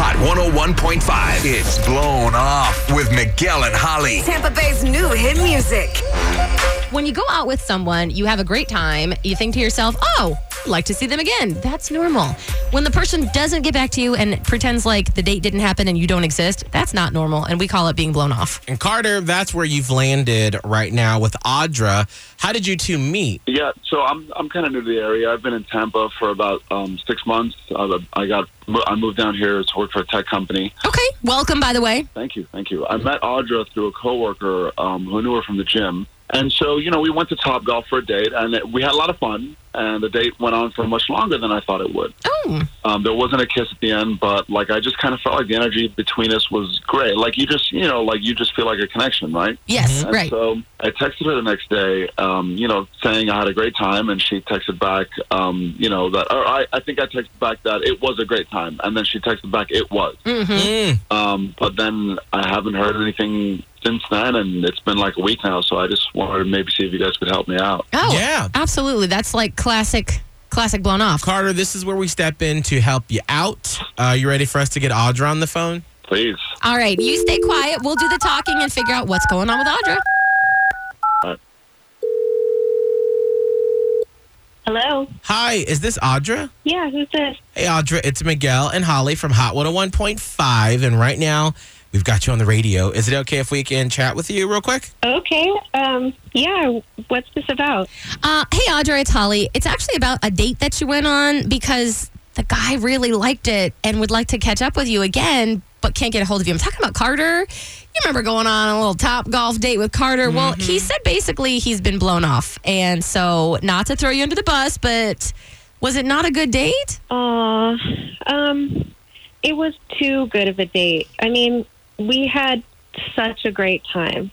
Hot 101.5. It's blown off with Miguel and Holly. Tampa Bay's new hit music. When you go out with someone, you have a great time, you think to yourself, oh, I'd like to see them again. That's normal. When the person doesn't get back to you and pretends like the date didn't happen and you don't exist, that's not normal. And we call it being blown off. And Carter, that's where you've landed right now with Audra. How did you two meet? Yeah, so I'm I'm kind of new to the area. I've been in Tampa for about um, six months. I, I got I moved down here to work for a tech company. Okay. Welcome, by the way. Thank you, thank you. I met Audra through a coworker um, who knew her from the gym, and so you know we went to Top Golf for a date, and it, we had a lot of fun. And the date went on for much longer than I thought it would. Oh, Um, there wasn't a kiss at the end, but like I just kind of felt like the energy between us was great. Like you just you know like you just feel like a connection, right? yes, And right. So I texted her the next day, um, you know, saying I had a great time, and she texted back, um, you know, that or I, I think I texted back that it was a great time, and then she texted back it was. hmm Mm. Um, but then I haven't heard anything since then, and it's been like a week now. So I just wanted to maybe see if you guys could help me out. Oh, Yeah. Absolutely. That's like classic, classic blown off. Carter, this is where we step in to help you out. Uh, you ready for us to get Audra on the phone? Please. All right. You stay quiet. We'll do the talking and figure out what's going on with Audra. Hello. Hi, is this Audra? Yeah, who's this? Hey, Audra, it's Miguel and Holly from Hot 101.5. And right now, we've got you on the radio. Is it okay if we can chat with you real quick? Okay. Um. Yeah. What's this about? Uh, hey, Audra, it's Holly. It's actually about a date that you went on because the guy really liked it and would like to catch up with you again, but can't get a hold of you. I'm talking about Carter. You remember going on a little top golf date with Carter? Well, Mm-hmm. he said basically he's been blown off. And so, not to throw you under the bus, but was it not a good date? Aw. Uh, Um. It was too good of a date. I mean, we had such a great time.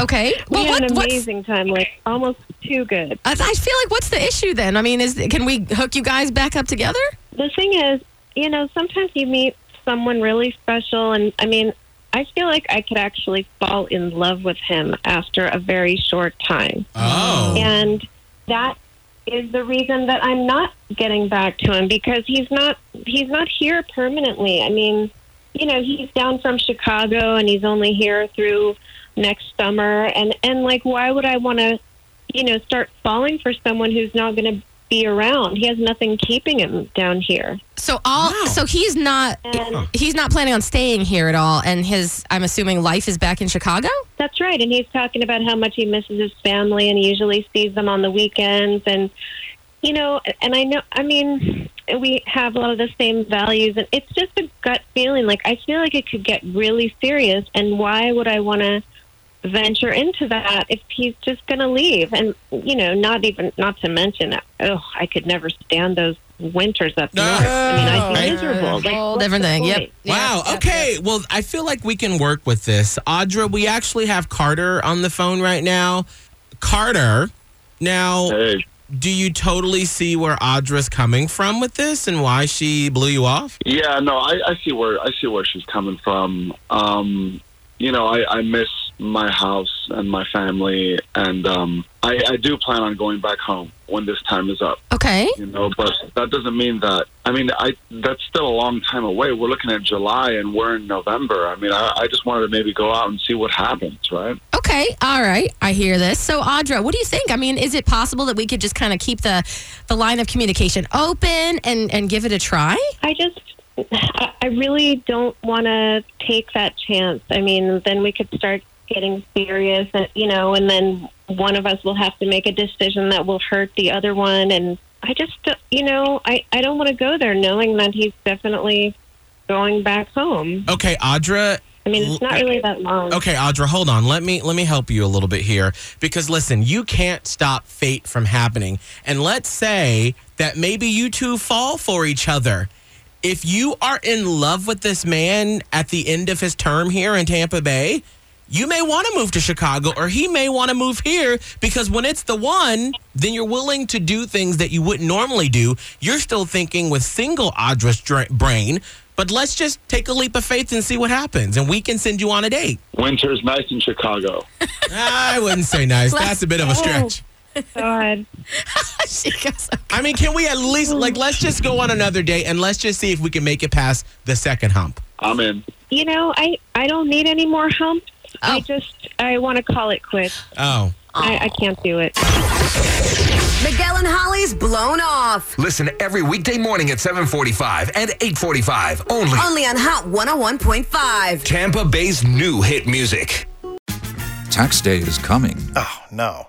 Okay. Well, we had what, an what's, amazing time. Like almost too good. I I feel like what's the issue then? I mean, is can we hook you guys back up together? The thing is, you know, sometimes you meet someone really special, and I mean, I feel like I could actually fall in love with him after a very short time. Oh. And that is the reason that I'm not getting back to him because he's not he's not here permanently. I mean, you know, he's down from Chicago and he's only here through next summer and and like why would I want to you know start falling for someone who's not going to be around? He has nothing keeping him down here. So all Wow. so he's not And he's not planning on staying here at all and his i'm assuming life is back in chicago That's right. And he's talking about how much he misses his family and he usually sees them on the weekends. And, you know, and I know, I mean, we have a lot of the same values. And it's just a gut feeling. Like, I feel like it could get really serious. And why would I want to venture into that if he's just going to leave? And, you know, not even, not to mention, oh, I could never stand those winters up No. north. I mean, I'd Right. be miserable. Like, Cold, what's the everything yep point? Wow. okay. Well, I feel like we can work with this. Audra, we actually have Carter on the phone right now. Carter, now, Hey. do you totally see where Audra's coming from with this and why she blew you off? Yeah. No, I, I see where I see where she's coming from. Um, you know, I, I miss my house and my family, and um, I, I do plan on going back home when this time is up. okay you know but that doesn't mean that i mean i that's still a long time away we're looking at july and we're in november i mean i, I just wanted to maybe go out and see what happens right okay all right i hear this so audra what do you think i mean is it possible that we could just kind of keep the the line of communication open and and give it a try I just, I I really don't want to take that chance. I mean, then we could start getting serious, and you know, and then one of us will have to make a decision that will hurt the other one. And I just, uh, you know, I I don't want to go there knowing that he's definitely going back home. Okay, Audra, I mean, it's not really that long. Okay, Audra, hold on. Let me let me help you a little bit here because listen, you can't stop fate from happening. And let's say that maybe you two fall for each other. if you are in love with this man at the end of his term here in Tampa Bay, you may want to move to Chicago or he may want to move here because when it's the one, then you're willing to do things that you wouldn't normally do. You're still thinking with single Audra's dra- brain, but let's just take a leap of faith and see what happens. And we can send you on a date. Winter's nice in Chicago. I wouldn't say nice. That's a bit of a stretch. God. she goes, okay. I mean, can we at least, like, let's just go on another date and let's just see if we can make it past the second hump. I'm in. You know, I, I don't need any more humps. Oh. I just, I want to call it quits. Oh. I, I can't do it. Miguel and Holly's blown off. Listen every weekday morning at 745 and 845 only. Only on Hot 101.5. Tampa Bay's new hit music. Tax day is coming. Oh, no.